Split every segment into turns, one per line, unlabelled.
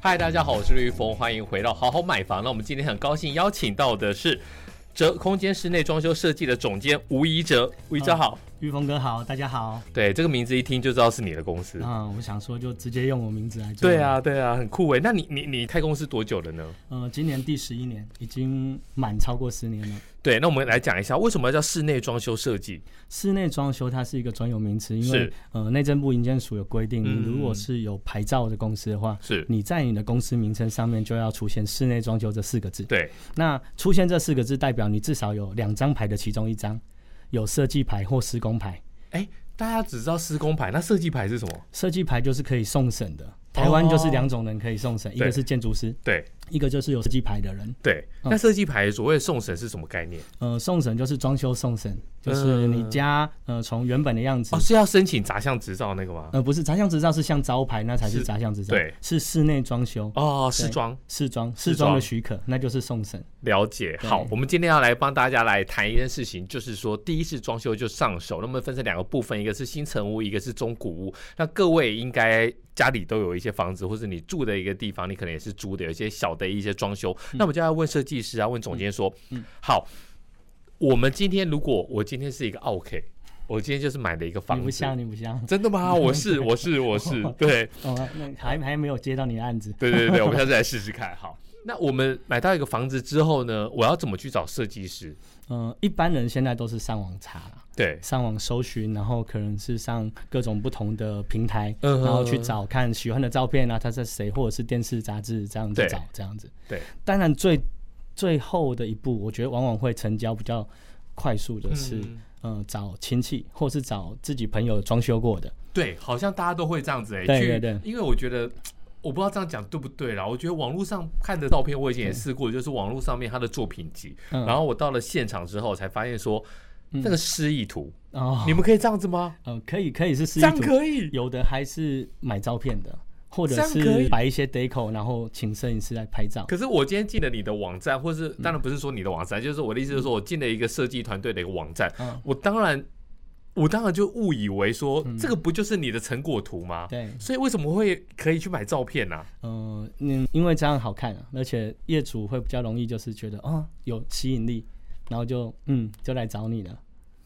嗨，大家好，我是绿峰，欢迎回到好好买房。那我们今天很高兴邀请到的是哲空间室内装修设计的总监吴怡哲，吴怡哲好。
玉峰哥好，大家好。
对，这个名字一听就知道是你的公司。
嗯，我想说就直接用我名字来做。
对，啊，对啊，很酷诶。那你你你开公司多久了呢？
呃，今年第十一年，已经满超过十年了。
对，那我们来讲一下为什么要叫室内装修设计。
室内装修它是一个专有名词，因
是
为呃内政部营建署有规定，
嗯
你如果是有牌照的公司的话，
是
你在你的公司名称上面就要出现“室内装修”这四个字。
对，
那出现这四个字，代表你至少有两张牌的其中一张有设计牌或施工牌。
哎，大家只知道施工牌，那设计牌是什么？
设计牌就是可以送审的，台湾就是两种人可以送审，一
哦对
个是建筑师，
对
一个就是有设计牌的人。
对，那设计牌所谓的送审是什么概念？
呃，送审就是装修送审，就是你家呃从原本的样
嗯
子
哦，，是要申请杂项执照那个吗？
呃不是杂项执照是像招牌，那才是
是
杂项执照，
对，
是室内装修、
哦，试装。
试装、
试
试装
装
的许可，那就是送审。
了解，
对
好，我们今天要来帮大家来谈一件事情，就是说，第一是装修就上手，那么分成两个部分，一个是新城屋，一个是中古屋。那各位应该家里都有一些房子，或是你住的一个地方，你可能也是租的，有一些小的一些装修。
嗯
那我们就要问设计师啊，问总监说，好，我们今天如果我今天是一个 OK，我今天就是买了一个
你
房
不
子
像，，你不像，
真的吗？我 是，我是，我是，对。
哦，那还还没有接到你的案子。
对对对，我们下次来试试看。好，那我们买到一个房子之后呢，我要怎么去找设计师？
呃，一般人现在都是上网查啦，
对，
上网搜寻，然后可能是上各种不同的平台，
嗯
然后
嗯
去
嗯
找看喜欢的照片啊，他是谁，或者是电视杂志这样子
对
找这样子。
对，
当然最最后的一步，我觉得往往会成交比较快速的是，
嗯
呃，找亲戚或是找自己朋友装修过的。
对，好像大家都会这样子哎、欸。
对
去
对对
因为我觉得。我不知道这样讲对不对啦，我觉得网络上看的照片我以前也试过，就是网络上面他的作品集，
嗯
然后我到了现场之后才发现说，那个示意图，
哦，
你们可以这样子吗？
呃，可以可以是示
这
意
样
图，
可以，
有的还是买照片的，或
这
者
样可以
是摆一些 deco，然后请摄影师来拍照。
可是我今天进了你的网站，或
嗯
是当然不是说你的网站，就是我的意思，就是说我进了一个设计团队的一个网站，
嗯
我当然我当然就误以为说、这个不就是你的成果图吗？
对，
所以为什么会可以去买照片啊呢、
嗯，嗯，因为这样好看啊，而且业主会比较容易就是觉得哦有吸引力，然后就嗯就来找你了。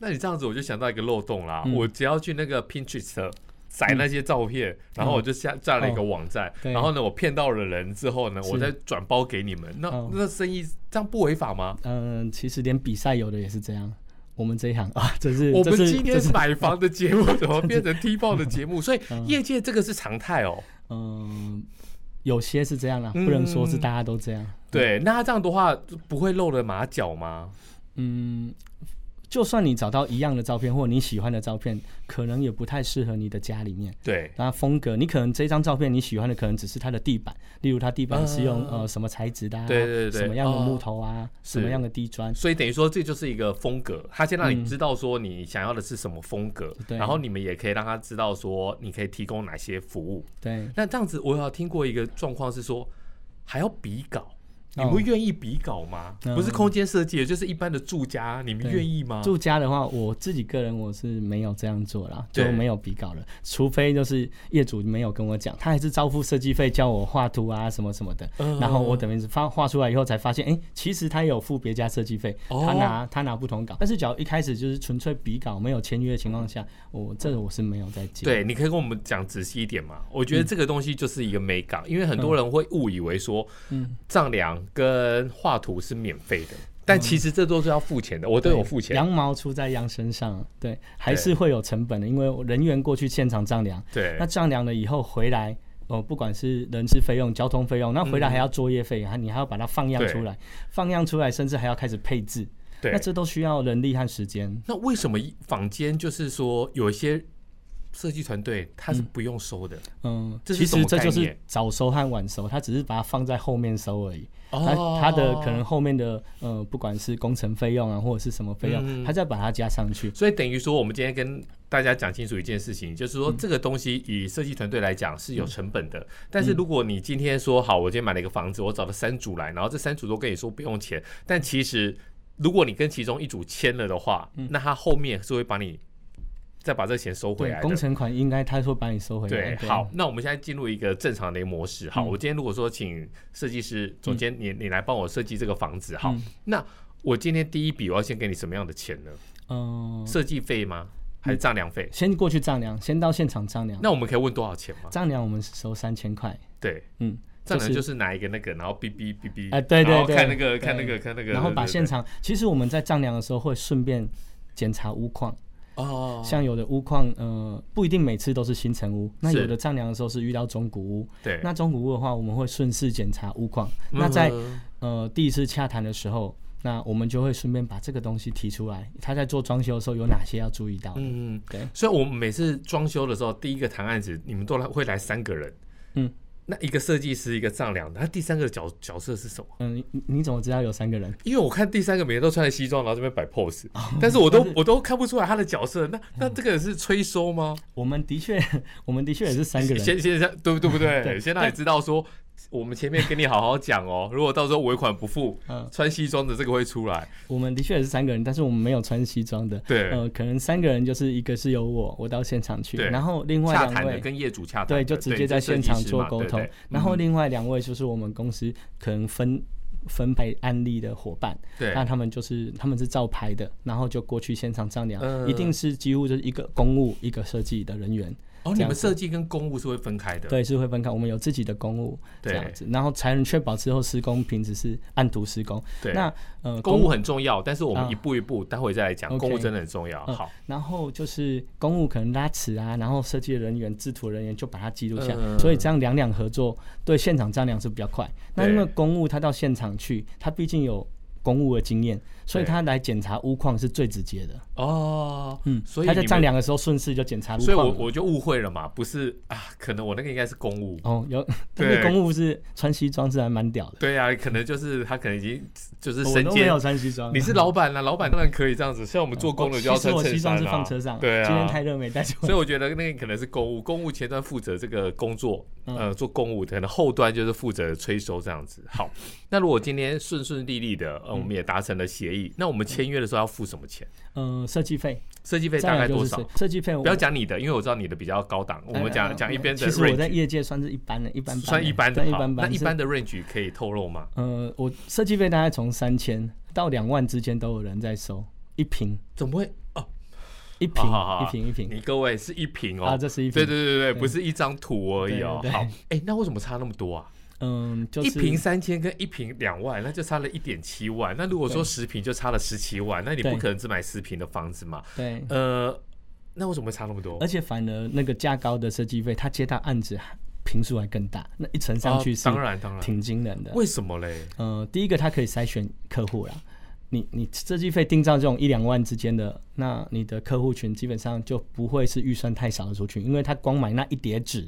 那你这样子我就想到一个漏洞啦，
嗯
我只要去那个 Pinterest。载那些照片，然后我就下架了一个网站，
嗯哦对
然后呢，我骗到了人之后呢，
是
我再转包给你们。那、
哦
那生意这样不违法吗？
嗯，其实连比赛有的也是这样，我们这一行啊， 这是
我
这
们
是
今
这
天
是
买房的节目怎么变成踢爆的节 目？所以业界这个是常态哦。
嗯。有些是这样啦，不能说是大家都这样。
对，那他这样的话不会露了马脚吗？
嗯，就算你找到一样的照片或你喜欢的照片，可能也不太适合你的家里面。
对，
那风格，你可能这张照片你喜欢的可能只是它的地板，例如它地板是用、
嗯
呃什么材质的、啊，
对对对
什么样的
哦
木头啊，什么
是
样的地砖，
所以等于说这就是一个风格，他先让你知道说你想要的是什么风格，
嗯对
然后你们也可以让他知道说你可以提供哪些服务。
对，
那这样子，我有听过一个状况是说还要比稿。你
哦
们愿意比稿吗？
嗯
不是空间设计，就是一般的住家，你们
对
愿意吗？
住家的话，我自己个人我是没有这样做啦，就
对
没有比稿了。除非就是业主没有跟我讲，他还是照付设计费叫我画图啊什么什么的，
嗯
然后我等于是发画出来以后才发现，哎、其实他有付别家设计费，
哦
他拿他拿不同稿。但是只要一开始就是纯粹比稿没有签约的情况下，我这个我是没有在接。
对，你可以跟我们讲仔细一点嘛？我觉
嗯
得这个东西就是一个美感，因为很多人会误以为说，
嗯
丈量跟画图是免费的，但其实这都是要付钱的，我都有付钱。
羊毛出在羊身上，对，还是会有成本的，因为我人员过去现场丈量，
对
那，丈量了以后回来，哦，不管是人事费用、交通费用，那回来还要作业费，还、你还要把它放样出来，放样出来，甚至还要开始配置，
对
那。这都需要人力和时间。
那为什么坊间就是说有一些设计团队他是不用收的？
嗯，
这是
其
什
实
么
这就
概
是
念
早收和晚收，它只是把它放在后面收而已。它
哦
它的可能，后面的呃，不管是工程费用啊，或者是什么费
嗯
用，它再把它加上去。
所以等于说我们今天跟大家讲清楚一件事情，就是
嗯
说这个东西以设计团队来讲是有成本的，但是如果你今天说好，我今天买了一个房子，我找了三组来，然后这三组都跟你说不用钱，但
嗯
其实如果你跟其中一组签了的话，那他后面是会把你。再把这个钱收回
对，
来的
工。程款应该他会把你收回来。
对，好，，那我们现在进入一个正常的模式。好，
嗯
我今天如果说请设计师总监，你你来帮我设计这个房子，好，
嗯
那我今天第一笔我要先给你什么样的钱呢？
嗯、
设计费吗？还是丈量费？
先过去丈量，先到现场丈量。
那我们可以问多少钱吗？
丈量我们是收三千块，
对，
嗯，
丈量
就
就是是拿一个那个，然后哔哔哔哔，
哎对对
然后
对
看那个
对
看那个看那个，
然后
对
把
对
现
对
场，其实我们在丈量的时候会顺便检查屋况，
哦，
像有的屋况，呃，不一定每次都是新城屋，那
是
有的丈量的时候是遇到中古屋，
对，
那中古屋的话，我们会顺势检查屋况，那在
嗯
呃第一次洽谈的时候。那我们就会顺便把这个东西提出来，他在做装修的时候有哪些要注意到？
嗯，
对，
所以我们每次装修的时候，第一个谈案子，你们都来会来三个人，
嗯，
那一个设计师，一个丈量，那第三个角角色是什么？
嗯，你你你怎么知道有三个人？
因为我看第三个每天都穿着西装，然后这边摆 pose，但是
哦
我都我都看不出来他的角色。那
嗯
那这个人是催收吗？
我们的确， 我们的确也是三个人。
先先让对不对不对？
对
先让你知道说，我们前面跟你好好讲哦，如果到时候尾款不付，
嗯，
穿西装的这个会出来。
我们的确也是三个人，但是我们没有穿西装的。
对，
呃，可能三个人就是一个是由我，我到现场去，
对
然后另外
洽
两
谈的
位。
跟业主洽谈的，
对，就直接在现场做沟通。然后
呢，
另外两位就是我们公司可能分分配案例的伙伴，
对
那他们就是他们是照拍的，然后就过去现场丈量，
嗯
一定是几乎就是一个公务一个设计的人员，
哦，
这
你
样
们
子
设计跟公务是会分开的，
对，是会分开。我们有自己的公务这样
对
子，然后才能确保之后施工品质是按图施工。
对。
那呃，
公务很重要，但是我们
啊
一步一步，待会再来讲。
OK
公务真的很重要。
嗯
好，
然后就是公务可能拉尺啊，然后设计的人员、制图人员就把它记录下，
嗯
所以这样两两合作对现场丈量是比较快。那因为
对
公务他到现场去，他毕竟有公务的经验，所以
对
他来检查屋况是最直接的。
哦，
嗯，
所以
他在
你们
丈量的时候顺势就检查屋
所以
况了。
我我就误会了嘛，不是啊，可能我那个应该是公务。
哦有，但
对
是公务是穿西装是还蛮屌的，
对啊，可能就是他可能已经就是
我
身
都没
兼
有，穿西装。
你是老板啦、啊老板当然可以这样子，像我们做工的就要
哦其实
穿
我
衬
西装
衫
是
啦、
放车上，
对
今天
啊
太。热没带出
所
来。
以我觉得那个可能是公务，公务前端负责这个工作，
嗯
呃，做公务，可能后端就是负责催收这样子。好，那如果今天顺顺利利的，呃，我们也达成了协议，那我们签约的时候要付什么钱？
嗯，设计费
设计费
再
大概
嗯来就
多
是
少？
设计费我，
不要讲你的，因为我知道你的比较高档，我们
哎
讲讲一边的
其实我
range，
在业界算是一般的，一般般
算一般的
算一
好
般
那
般。
一
是
般的 range 可以透露吗？
呃，我设计费大概从三千到两万之间都有人在收，一瓶
怎么会？哦，
一瓶
好好好
一瓶一瓶
你各位是一瓶哦，
啊，这是一
对对
瓶。
对对，
对
不是一张图而已哦。
对对对
好，哎，那为什么差那么多啊？
嗯，就
一
是
瓶三千跟一瓶两万，那就差了一点七万。那如果说
对
十瓶就差了十七万，那你不
对
可能只买十瓶的房子嘛？
对，
呃，那为什么会差那么多
而？且反而那个价高的设计费，他接到案子平数还更大，那一乘上去
哦
是
当然当然，
挺惊人的。
为什么嘞？
呃，第一个它可以筛选客户啦。你你设计费定到这种一两万之间的，那你的客户群基本上就不会是预算太少的族群，因为他光买那一叠纸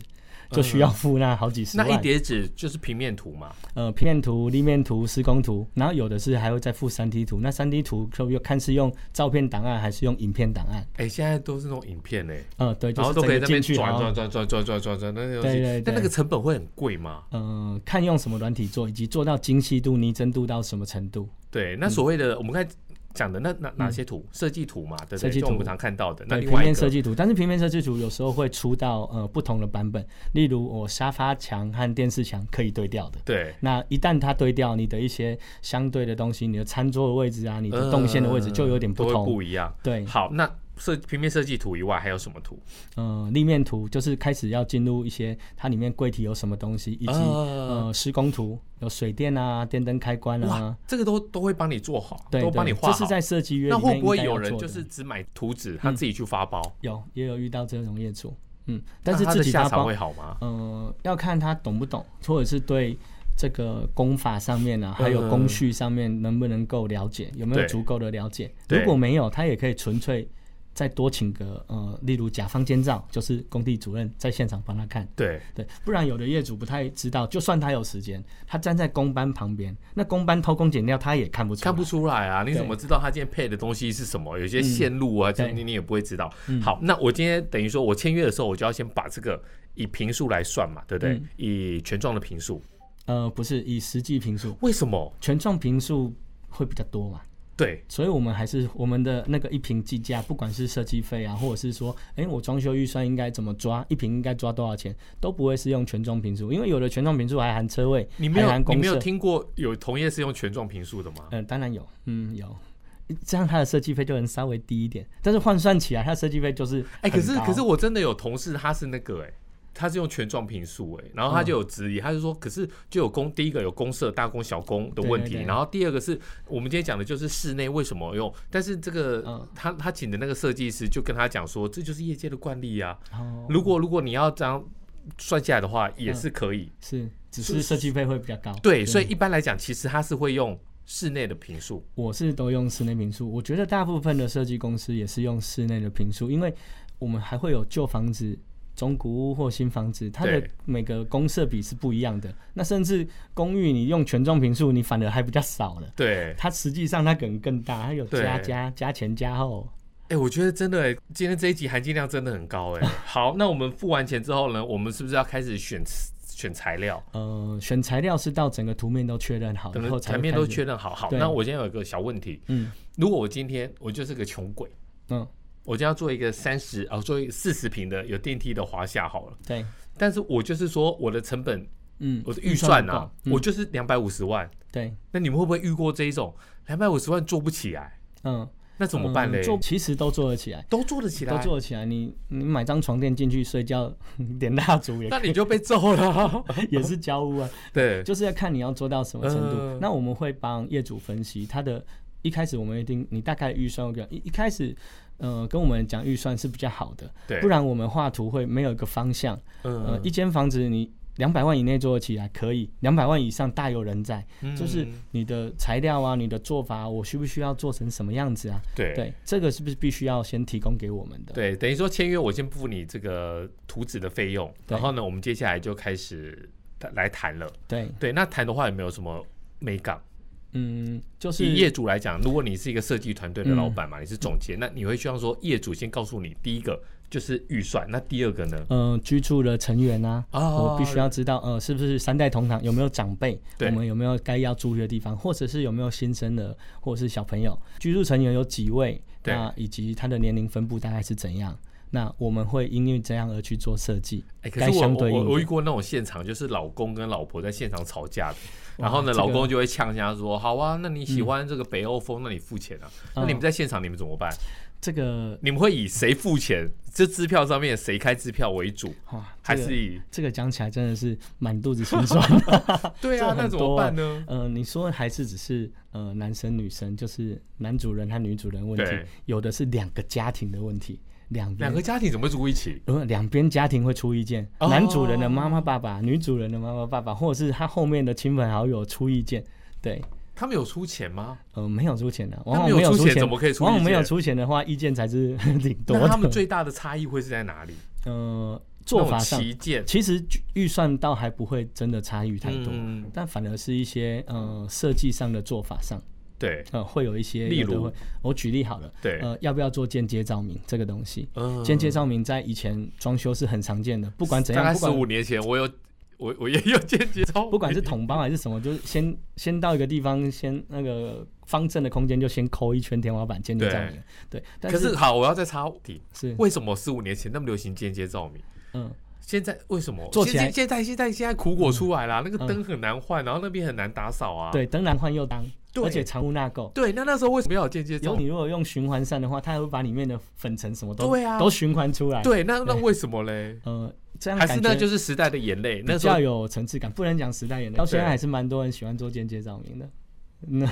就需要付那好几十
嗯那
万。
一叠纸就是平面图嘛，
呃，平面图、立面图、施工图，然后有的是还会再附三 D 图。那三 D 图就又看是用照片档案还是用影片档案？
哎，现在都是那种影片嘞，
呃，对，就
然后
是
都
整
可以在
个
那边
进去，
转
然后
转转转转转转转那个东
对对
西
对，
但那个成本会很贵吗？
呃，看用什么软体做，以及做到精细度、拟真度到什么程度。
对，
嗯
那所谓的、我们刚才讲的那哪哪些图？设计图嘛，对不
设
对？
计
就我们
图
常看到的。那
对
另
平
外一
面设
个，
计图，但是平面设计图有时候会出到呃不同的版本，例如我沙发墙和电视墙可以对调的。
对
那一旦它对调，你的一些相对的东西，你的餐桌的位置啊，你的动线的位置
嗯
就有点不
都会
同。
不一样。
对，
好，那设平面设计图以外还有什么图？
呃，立面图就是开始要进入一些它里面柜体有什么东西，以及、
呃，
呃施工图，有水电啊、电灯开关啊
哇，，这个都都会帮你做好，
对，
都帮
对
你画
这是
好。
在设计约
那
里面
会不会
应该
有
要
人
做
就
的嗯
是只买图纸，他自己去发包？
有也有遇到这种业主，嗯，但
那
是
他
自
的
己
下
发
场
包
会好吗？
呃，要看他懂不懂，或者是对这个功法上面啊，还有工序上面能不能够了解，有没有
对
足够的了解？
对
如果没有，他也可以纯粹再多请个呃，例如甲方监造，就是工地主任在现场帮他看。
对，
对，不然有的业主不太知道，就算他有时间，他站在工班旁边，那工班偷工减料，他也看不出来。
看不出来啊！你
对嗯
怎么知道他今天配的东西是什么？有些线路啊，这
对
你你也不会知道。
嗯
好，那我今天等于说我签约的时候，我就要先把这个以平数来算嘛，对不对？
嗯
以权状的平数，
呃，不是以实际评数，
为什么？
权状评数会比较多嘛？
对，
所以我们还是我们的那个一瓶计价，不管是设计费啊，或者是说，哎、我装修预算应该怎么抓，一瓶应该抓多少钱，都不会是用全装瓶数，因为有的全装瓶数还含车位，
你没
还
有
含
你
公
没有
社。
听过有同业是用权状评述的吗？
嗯、当然有，嗯，有。这样它的设计费就能稍微低一点，但是换算起来，它的设计费就是
哎、可是
很高
可是我真的有同事，他是那个哎、他是用权状评述哎，然后
嗯
他就有质疑，他就说，可是就有公第一个有公社大公小公的问题，
对对对
然后第二个是我们今天讲的就是室内为什么用，但是这个、
嗯
他他请的那个设计师就跟他讲说，这就是业界的惯例啊，
哦嗯
如果如果你要这样算下来的话，也是可以。
是，只是设计费会比较高。
对，所以一般来讲，其实他是会用室内的评述。
我是都用室内平数，我觉得大部分的设计公司也是用室内的平数，因为我们还会有旧房子、中古屋或新房子，它的
对
每个公设比是不一样的。那甚至公寓你用全装平数，你反而还比较少了。
对，
它实际上它可能更大，它有
对
加加加前加后。
哎、我觉得真的、哎，今天这一集含金量真的很高哎、 好，那我们付完钱之后呢，我们是不是要开始选选材料？
呃，选材料是到整个图面都确认哦好
等
以后才
前
会
面
开
都
始
确认好好。
对
那我今天有一个小问题，
嗯
如果我今天我就是个穷鬼，
嗯
我就要做一个三十哦，做一个四十平的有电梯的华夏好了，
对
但是我就是说我的成本，
嗯
我的预算
不
啊
够，
我就是两百五十万，
对
那你们会不会遇过这一种两百五十万做不起来？
嗯
那怎么办
嗯
嘞？
做其实都做得起来。
都做得起来，
都做起来，你你买张床垫进去睡觉， 点蜡烛也
那你就被揍 了。
也是交屋啊，
对，
就是要看你要做到什么程度。
嗯
那我们会帮业主分析他的，一开始我们一定你大概预算会给一一开始，呃，跟我们讲预算是比较好的，
对
不然我们画图会没有一个方向。呃，
嗯
一间房子你。两百万以内做得起来可以，两百万以上大有人在。
嗯
就是你的材料啊，你的做法啊，我需不需要做成什么样子啊？
对
对，这个是不是必须要先提供给我们的？
对，等于说签约我先付你这个图纸的费用，
对
然后呢，我们接下来就开始来谈了。
对，
对，那谈的话有没有什么美感？
嗯，就是嗯
以业主来讲，如果你是一个设计团队的老板嘛，你是总监，那你会希望说业主先告诉你第一个就是预算，那第二个呢？
呃居住的成员啊，
哦
我必须要知道呃是不是三代同堂，有没有长辈，
对
我们有没有该要注意的地方，或者是有没有新生的或者是小朋友，居住成员有几位，
对
那以及他的年龄分布大概是怎样。那我们会因为这样而去做设计，
哎、可
该
是我
相对
我
应
我遇
的。
过那种现场，就是老公跟老婆在现场吵架的，
哇
然后呢，
这个嗯
老公就会呛人家说：“好啊，那你喜欢这个北欧风，那你付钱啊。”那你们在现场你们怎么办？
这个
你们会以谁付钱，这支票上面谁开支票为主，
哇，
还
这个
是以
这个讲起来真的是满肚子心 酸。
对
这
啊？
很
那怎么
多
办呢？
呃，你说还是只是呃男生女生，就是男主人和女主人问
对
题，有的是两个家庭的问题，两边
两个家庭怎么会住一起？
如果两边家庭会出意见，
哦
男主人的妈妈爸爸，女主人的妈妈爸爸，或者是他后面的亲朋好友出意见，对，
他们有出钱吗？
呃，没有出钱的，
那
往往
没有
有
出
出
钱
钱，
怎么可以出意见
往往没有出钱的话，意见才是 挺多
那他们
的。
最大的差异会是在哪里？
呃，
那
做
种
法上，
旗舰
其实预算倒还不会真的差异太多，
嗯
但反而是一些呃设计上的做法上，
对
呃，会有一些，
例
有的
如
会，我举例好了，
对
呃，要不要做间接照明这个东西？
嗯
间接照明在以前装修是很常见的，不管怎
大
样，
概
不
十
管
五年前我有我我也有间接照顾，
不管是桶包还是什么，就是 先先到一个地方，先那个方正的空间就先抠一圈天花板，间接照明。对，但
可是好，我要再插题，
是
为什么十五年前那么流行间接照明？
嗯，
现在为什么？
做起来嗯
现在现在现在现在苦果出来啦，那个灯很难换，然后那边很难打扫啊。
对，灯难换又当，
对
而且藏污纳垢。
对，那那时候为什么要有间接
有
照
你
明？
如果用循环扇的话，它还会把里面的粉尘什么都
对啊
都循环出来。，
对，那那为什么嘞？
呃，这样
还是
感觉
那就是时代的眼泪？那
比
时候
较有层次感，不能讲时代眼泪。到现在还是蛮多人喜欢做间接照明的。那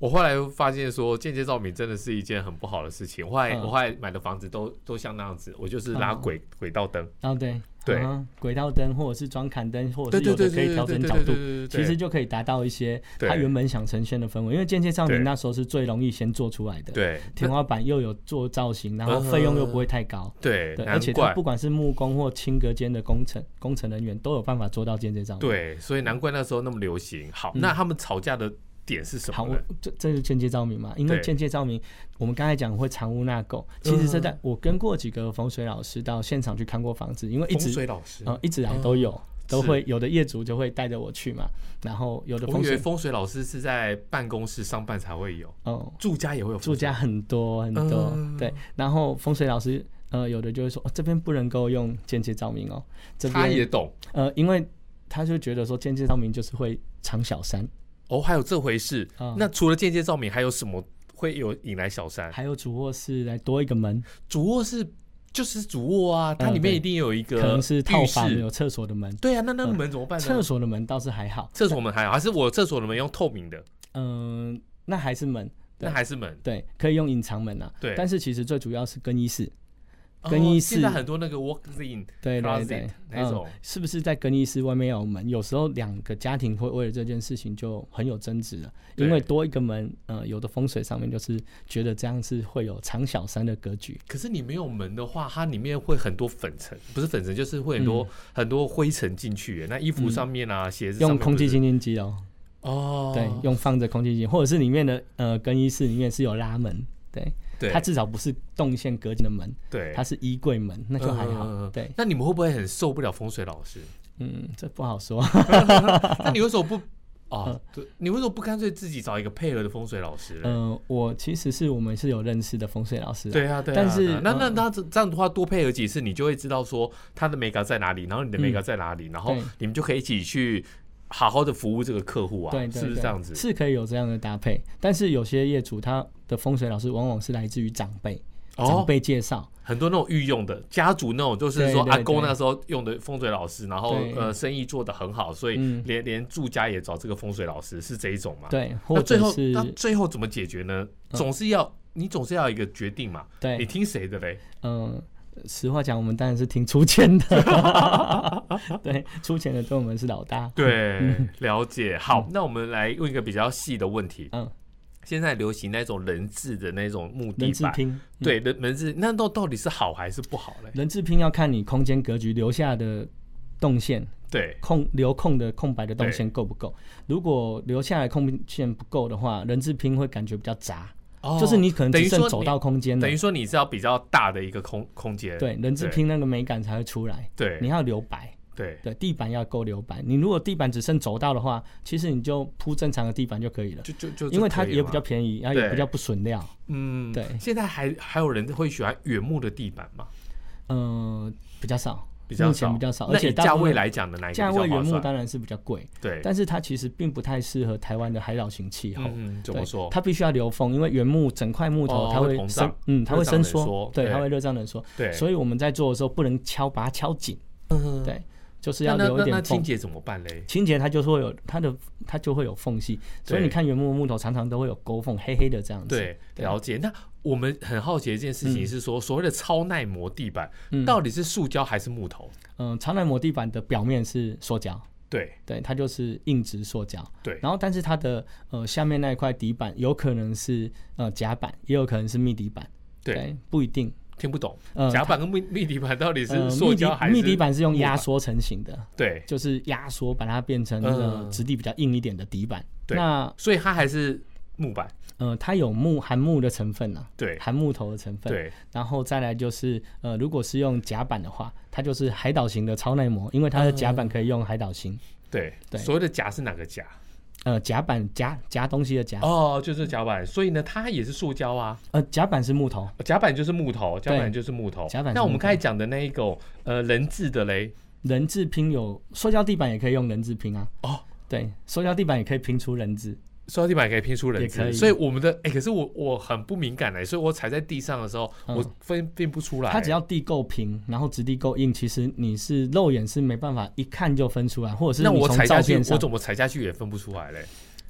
我后来发现说，间接照明真的是一件很不好的事情。我后来、
嗯
我后来买的房子都都像那样子，我就是拉轨、轨道灯，
哦对
对
啊轨道灯或者是装砍灯，或者
对
是
对
有
对
的可
对对
以调
对对
整
对对
角度。
对对，
其实就可以达到一些
对
他原本想呈现的氛围，因为间接照
对
明那时候是最容易先做出来的，，
对嗯
天花板又有做造型，然后费用又不会太高，
对
对，
难
而且他
怪
不管是木工或轻隔间的工程工程人员都有办法做到间接照明。，
对，所以难怪那时候那么流行。好，
嗯
那他们吵架的点是什
好，
么
我
呢？
这这是间接照明嘛，因为
对
间接照明我们刚才讲会藏污纳垢，其实这
嗯
在我跟过几个风水老师到现场去看过房子，因为一
风
直嗯
水老师哦
呃一直来都有，都会有的业主就会带着我去嘛，然后有的
我
风
以为
水
风水老师是在办公室上班才会有，
哦，
住家也会有风水
住家很多很多，
嗯
对，然后风水老师呃有的就会说、哦、这边不能够用间接照明哦，这
他也
边
懂
呃因为他就觉得说间接照明就是会藏小三，
哦，还有这回事。
啊
那除了间接照明，还有什么会有引来小三？
还有主卧室来多一个门，
主卧是就是主卧啊，它
嗯
里面
对
一定有一个
可能是套
浴
房
室
有厕所的门，
对啊，那那个
嗯
门怎么办
厕
呢？
所的门倒是还好，
厕所门还好，还是我厕所的门用透明的，
嗯、那还是门，对
那还是门。
对，可以用隐藏门啊，
对
但是其实最主要是更衣室，
哦
更衣室
现在很多那个 walk in
对对
closet
对，
那种
嗯、是不是在更衣室外面要有门？有时候两个家庭会为了这件事情就很有争执了，
对
因为多一个门，呃，有的风水上面就是觉得这样是会有藏小三的格局。
可是你没有门的话，它里面会很多粉尘，不是粉尘，就是会很
嗯
多、很多灰尘进去耶。那衣服上面啊，鞋子上
用
面
空气
不是
清新机哦，
哦，
对，用放着空气清新，或者是里面的呃更衣室里面是有拉门，对，
对
它至少不是动线隔间的门，
对
它。是衣柜门，那就还好。
嗯嗯嗯嗯
对，
那你们会不会很受不了风水老师？
嗯，这不好说。
那你为什么 不啊？对，你为什么不干脆自己找一个配合的风水老师呢？
嗯嗯、我其实是我们是有认识的风水老师啊、
对啊，对啊。
但是
对啊那那
嗯
那这这样的话，多配合几次，你就会知道说他的 mega 在哪里，然后你的
嗯
mega 在哪里，然后
对
你们就可以一起去好好的服务这个客户啊，
对对
是不是
对
这样子？
是可以有这样的搭配，但是有些业主他的风水老师往往是来自于长辈，长
哦，
辈介绍，
很多那种御用的家族那种，就是
对
说
对
阿公
对
那时候用的风水老师，然后
对
呃生意做得很好，所以
嗯
连连住家也找这个风水老师，是这一种吗？
对，
啊那
或
最
者
后
是嗯
那最后怎么解决呢？总是要你总是要有一个决定嘛，你
对，
听谁的嘞？
嗯、实话讲，我们当然是挺出 钱的，对，出钱的对我们是老 大，
对，了解。好，那我们来问一个比较细的问题。
嗯，
现在流行那种人字的那种木
人嗯
地
字
板，
拼，
对，人人字，那到到底是好还是不好嘞？
人字拼要看你空间格局留下的动线
对，
空留空的空白的动线够不够？如果留下来空线不够的话，人字拼会感觉比较杂，
哦
就是你可能
等
只
于
剩
说
走
你
到空间了
等于。说你是要比较大的一个空空间，
嗯对，人字拼那个美感才会出来。
对
你要留白，
对
对，地板要够留白。你如果地板只剩走道的话，其实你就铺正常的地板就可以了，
就就就
因为它
就可以
也
嘛
比较便宜，然后
对
也比较不损料。
嗯，
对
现在还还有人会喜欢原木的地板吗？
嗯、比较少，
比较
目
少，
前比较少，
那
而
以
且大
价
部分
位来讲的哪一个
价
比较
位原
划
木
算
当然是比较贵，
对，
但是它其实并不太适合台湾的海岛型气候。
嗯，嗯怎么
对
说？
它必须要留风，因为原木整块木
哦
头它
会
会
膨
伸
胀，
嗯，它会
热胀冷
伸缩
缩，
对，
对
它会热胀冷缩。
对，
所以我们在做的时候不能敲，把它敲紧，
嗯
对，就是
那
要
那
留
那
一
那
点缝
清。洁怎么办嘞？
清洁它就是会有它的，它就会有缝隙，所以你看原木木头常常都会有沟缝，黑黑的这样子。，
对，
对
了解。那我们很好奇的一件事情是说，所谓的超耐磨地板
嗯
到底是塑胶还是木头？
嗯，常耐磨地板的表面是塑胶，
对
对，它就是硬质塑胶。
对
然后但是它的呃下面那一块底板有可能是呃夹板，也有可能是密底板，
对，
不一定。
听不懂。
呃，
甲板跟密 密地板到底
呃
是塑胶还是
密底密底板是用
木
压？缩成型的，
对，
就是压缩把它变成那个
嗯
质地比较硬一点的底板。
对
那
所以它还是木板。
呃，它有木含木的成分呢、
对
含木头的成分。
对
然后再来就是，呃，如果是用甲板的话，它就是海岛型的超耐磨，因为它的甲板可以用海岛型，
对
对
所谓的夹是哪个夹？
呃，甲板夹夹东西的夹，
哦，就是甲板。所以呢，它也是塑胶啊。
呃，甲板是木头，
甲板就是木头，甲
对
板就是木头。
甲板是
那我们
木头
刚才讲的那一个呃人字的嘞，
人字拼有塑胶地板也可以用人字拼啊，
哦，
对，塑胶地板也可以拼出人字，
塑料地板也可以拼出人
也可
字，
以
所以我们的哎、可是我我很不敏感哎、所以我踩在地上的时候，
嗯
我分辨不出来、
它只要地够平，然后质地够硬，其实你是肉眼是没办法一看就分出来，或者是
那
你
我踩
从
下
照
去，
片
我
上，
怎么踩下去也分不出来嘞。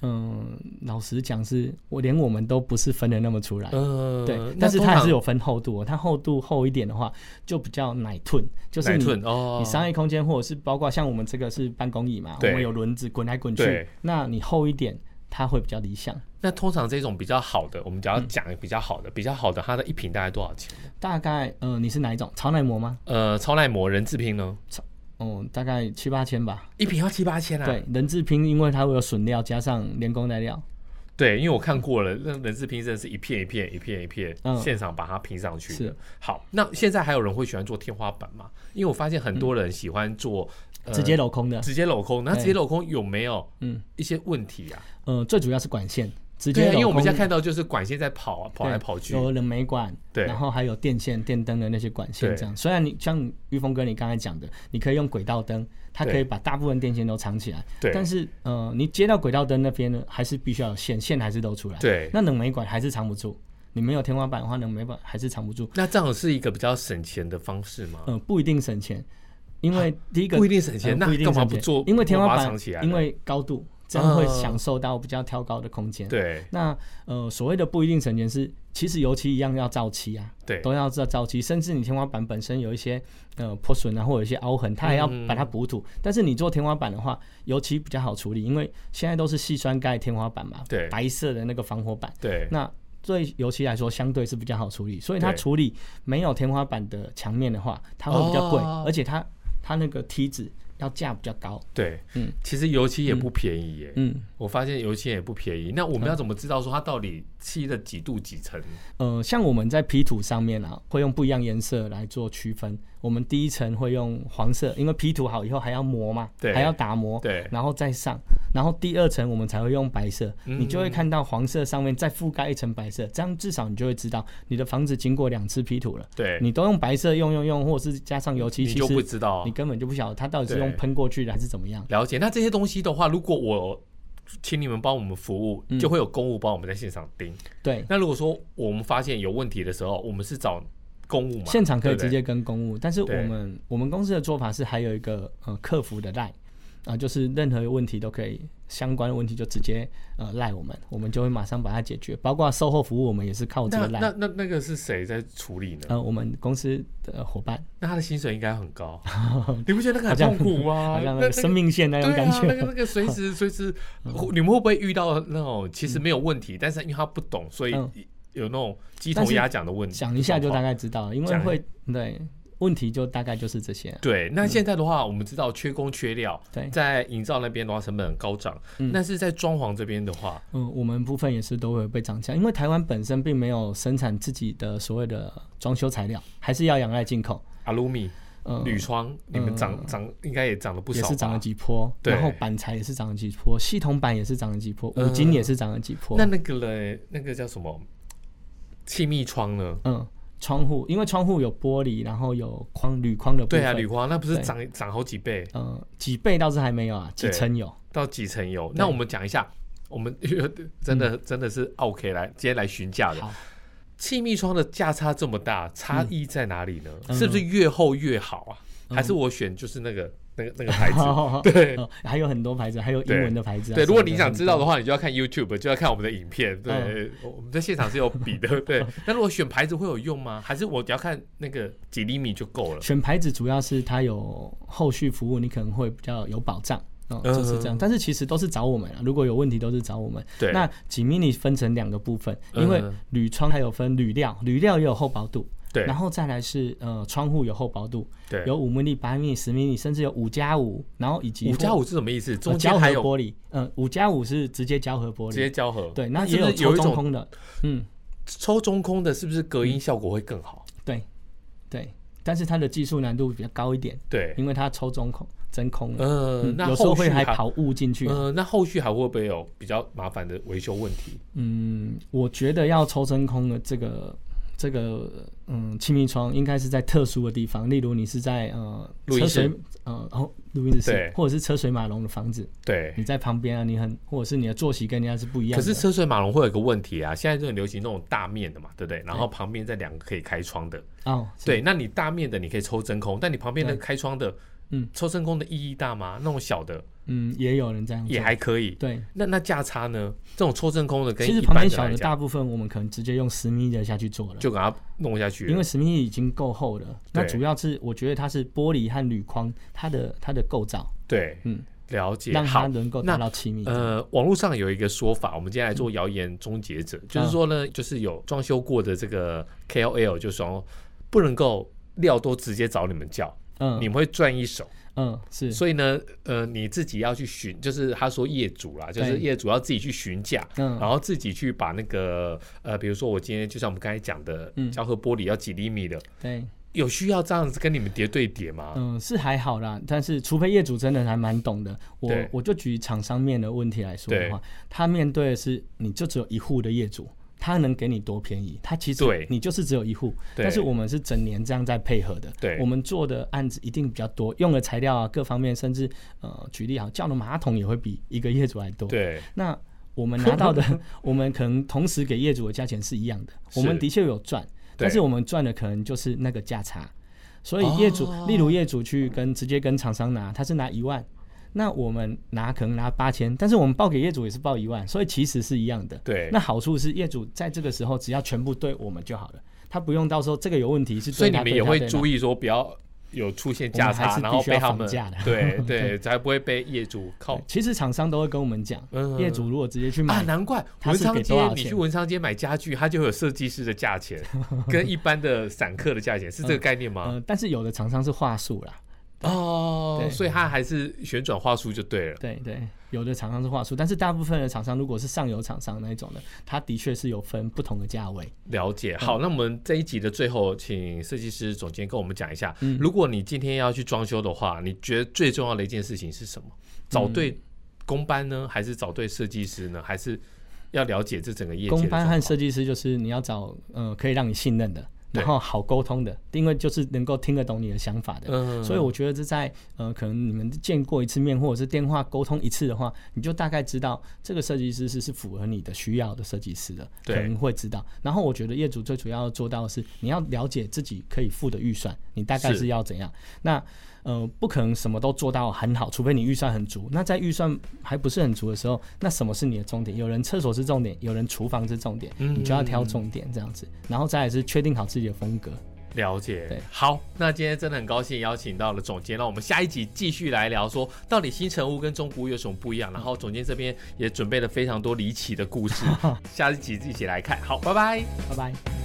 嗯，老实讲是，我连我们都不是分的那么出来，
嗯，
哎对
那，
但是
通
它还
常
是有分厚度、哦，它厚度厚一点的话，就比较奶吞，就是
奶
你
寸哦，
你商业空间或者是包括像我们这个是办公椅嘛，我
对
们有轮子滚来滚
对
去，那你厚一点，它会比较理想。
那通常这种比较好的，我们只要讲比较好的，比较好的，它的一瓶大概多少钱？
大概呃，你是哪一种超耐磨吗？
呃，超耐磨人字拼呢，
哦，大概七八千吧。
一瓶要七八千啊。
对，人字拼，因为它会有损料，加上连工带料，
对，因为我看过了，那人字拼真的是一片一片、一片一片，
嗯
现场把它拼上去的
是。
好，那现在还有人会喜欢做天花板吗？因为我发现很多人喜欢做呃
嗯直接镂空的。
直接镂空，那
对
直接镂空有没有
嗯
一些问题啊？
呃，最主要是管线，直
对
接镂
啊，
空。
因为我们现在看到就是管线在跑啊，跑来
对
跑去，
有冷媒管，
对
然后还有电线、电灯的那些管线
对
这样。虽然你像玉峰哥你刚才讲的，你可以用轨道灯，它可以
对
把大部分电线都藏起来，
对
但是呃，你接到轨道灯那边呢，还是必须要有线，线还是露出来。，
对。
那冷媒管还是藏不住，你没有天花板的话，冷媒管还是藏不住。
那这样是一个比较省钱的方式吗？
嗯、不一定省钱，因为第一个
啊不一定省钱，
呃
那
不一定
干嘛
省
不
钱
做？
因为天花
把它
板
藏起来，
因为高度，这样会
嗯
享受到比较挑高的空间。
对
那呃，所谓的不一定省钱是，其实油漆一样要照漆啊，
对
都要照照漆，甚至你天花板本身有一些呃破损啊，或者有一些凹痕，它还要
嗯
把它补土。但是你做天花板的话，油漆比较好处理，因为现在都是细酸钙天花板嘛，
对
白色的那个防火板，
对
那对油漆来说相对是比较好处理，所以它
对
处理没有天花板的墙面的话，它会比较贵，
哦
而且它它那个梯子要架比较高，
对，
嗯
其实油漆也不便宜耶。
嗯。
我发现油漆也不便宜，那我们要怎么知道说它到底漆了几度几层？
呃，像我们在 P 图上面啊，会用不一样颜色来做区分。我们第一层会用黄色，因为 P 图好以后还要磨嘛，
对
还要打磨，
对
然后再上。然后第二层我们才会用白色，
嗯
你就会看到黄色上面再覆盖一层白色，这样至少你就会知道你的房子经过两次 P 图了。
对，
你都用白色用用用，或者是加上油漆，
你
其
就不
实
知道
你根本就不晓得它到底是用
对
喷过去的还是怎么样。
了解。那这些东西的话，如果我请你们帮我们服务，
嗯
就会有公务帮我们在现场盯。
对，
那如果说我们发现有问题的时候，我们是找公务嘛？
现场可以
对不对
直接跟公务，但是我
对
们我们公司的做法是还有一个呃客服的赖啊、就是任何问题都可以相关的问题就直接呃赖我们，我们就会马上把它解决，包括售后服务我们也是靠这个
那
赖
那那那个是谁在处理呢？
呃我们公司的伙伴，
那他的薪水应该很高，啊 你不觉得那个
好
很
像
痛苦吗？
好像那
哦那
个生命线那种
对
感
啊，
觉，嗯
那个 那个随时随时，你们会不会遇到那种其实没有问题，但是因为他不懂，所以
嗯
有那种鸡同鸭讲的问题？
想一下就大
概。
概知道了，因为
讲一
会对问题就大概就是这些，啊
对，那现在的话，我们知道缺工缺料，
嗯对
在营造那边的话成本很高涨，
嗯
但是在装潢这边的话，
嗯，我们部分也是都会被涨价，因为台湾本身并没有生产自己的所谓的装修材料，还是要仰赖进口。
阿鲁米、
嗯，
铝窗，你们涨
嗯
涨应该也涨了不
也
少，
是涨了。几波，
对
然后板材也是涨了几波，系统板也是涨了几波，
嗯
五金也是涨了几波。
那那个嘞，那个叫什么气密窗呢？
嗯，窗户因为窗户有玻璃，然后有框铝框的部分，
对啊，铝框那不是
对
涨涨好几倍？
嗯几倍倒是还没有啊，几
对
层有。
到几层油？那我们讲一下，我们 真的真的是 OK 来今天来询价的
好。
气密窗的价差这么大，差异在哪里呢？
嗯
是不是越厚越好啊？还是我选就是那个那个那个牌 子？
对、嗯还有很多牌子，还有英文的牌子、啊。
对，
什么
如果你
的
想知道的
很多
话，你就要看 YouTube，就要看我们的影片。对，我们在现场是有比的。 对，那如果选牌子会有用吗？还是我只要看那个几厘米就够了？
选牌子主要是它有后续服务，你可能会比较有保障。嗯，
嗯
就是这样，但是其实都是找我们啊，如果有问题都是找我们。
对
那几 mini 分成两个部分，
嗯
因为铝窗还有分铝料，铝料也有厚薄度，
对
然后再来是呃窗户有厚薄度，
对，
有五 mini、八 mini、十 mini，甚至有五加五，然后以及
五加
或
五是什么意思？
呃
中
胶
间
合
还有
玻璃，呃，五加五是直接胶合玻
直
璃
接，胶合。
对，
那
那
是
也
不是有
抽
一
中
种
空的，嗯，
抽中空的，是不是隔音效果会更好？
对，对，但是它的技术难度比较高一点，
对，
因为它抽中空真空了，
呃，
嗯
那
有时候
后续
会还跑雾进去，
呃，那后续还会不会有比较麻烦的维修问题？
嗯，我觉得要抽真空的这个这个嗯气密窗，应该是在特殊的地方，例如你是在呃
录音
车水
室
呃哦录音室
对，
或者是车水马龙的房子，
对。
你在旁边啊，你很或者是你的作息跟人家是不一
嗯
样
可
的。
是车水马龙会有一个问题啊，现在就很流行那种大面的嘛，对不对？然后旁边再两个可以开窗的，
哦，是
对。那你大面的你可以抽真空，但你旁边的开窗的，
嗯，
抽真空的意义大吗？那种小的
嗯，也有人这样做
也还可以。
对。
那那价差呢？这种抽真空的跟
其实
一
旁
般
边
的
小
来
的
讲，
大部分我们可能直接用十米的下去做了，
就给它弄下去了。
因为十米已经够厚了。那
对
主要是我觉得它是玻璃和铝框，它的它的构造，
对，
嗯，
了解。
让
好
它，能够
那
达到七米。
呃，网络上有一个说法，我们今天来做谣言终结
嗯
者，就是说呢，就是有装修过的这个 KOL 就说不能够料都直接找你们叫，你
嗯
们会赚一手，
嗯，是
所以呢，呃，你自己要去询，就是他说业主啦，就是
对
业主要自己去询价。
嗯
然后自己去
嗯
把那个呃，比如说我今天就像我们刚才讲的，胶合玻璃要几厘米的，
对。
有需要这样子跟你们叠对叠吗？
嗯，是还好啦，但是除非业主真的还蛮懂的，我
对
我就举厂商面的问题来说的话，他面对的是你就只有一户的业主，他能给你多便宜？他其
对
实你就是只有一户，
对
但是我们是整年这样在配合的，
对
我们做的案子一定比较多，用的材料啊各方面，甚至呃举例好，叫的马桶也会比一个业主还多，
对，
那我们拿到的， 我们可能同时给业主的价钱是一样的，我们
是
的确有赚，
对
但
哦
是我们赚的可能就是那个价差。所以业主，例如业主去跟直接跟厂商拿，他是拿一万，那我们拿可能拿八千，但是我们报给业主也是报一万，所以其实是一样的。
对
那好处是业主在这个时候只要全部对我们就好了，他不用到时候这个有问题是
所
对
以你
他
们
对
也
他
会
对他
注意说不要有出现价
我们还
差，
是
然后
必须
被
要
他
防
们
价的
对对，才不会被业主靠
其实厂商都会跟我们讲，
嗯
业主如果直接去买，
啊，难怪
他
文
是
昌
给
街
多少，
你去
钱
文昌街买家具，它就会有设计师的价钱， 跟一般的散客的价钱是这个概念吗？
呃，但是有的厂商是话术啦，
哦，
嗯对
所以它还是旋转话术就对了。
对对，有的厂商是话术，但是大部分的厂商如果是上游厂商那一种的，它的确是有分不同的价位。
了
嗯
解，好，那我们这一集的最后，请设计师总监跟我们讲一下，
嗯
如果你今天要去装修的话，你觉得最重要的一件事情是什么？
嗯
找对工班呢，还是找对设计师呢？还是要了解这整个业界的
工班
状
和
况
设计师就是你要找呃可以让你信任的，
对
然后好沟通的，因为就是能够听得懂你的想法的。
嗯，
所以我觉得这在呃，可能你们见过一次面或者是电话沟通一次的话，你就大概知道这个设计师是是符合你的需要的设计师的，可
对
能会知道。然后我觉得业主最主要做到的是，你要了解自己可以付的预算，你大概
是
是要怎样。那呃，不可能什么都做到很好，除非你预算很足。那在预算还不是很足的时候，那什么是你的重点？有人厕所是重点，有人厨房是重点，你就要挑重点这样子。然后再来是确定好自己的风格。
了解
对。
好，那今天真的很高兴邀请到了总监，那我们下一集继续来聊说到底新城屋跟中古屋有什么不一样。然后总监这 边也准备了非常多离奇的故事，下一集一起来看。好，拜拜。
拜拜。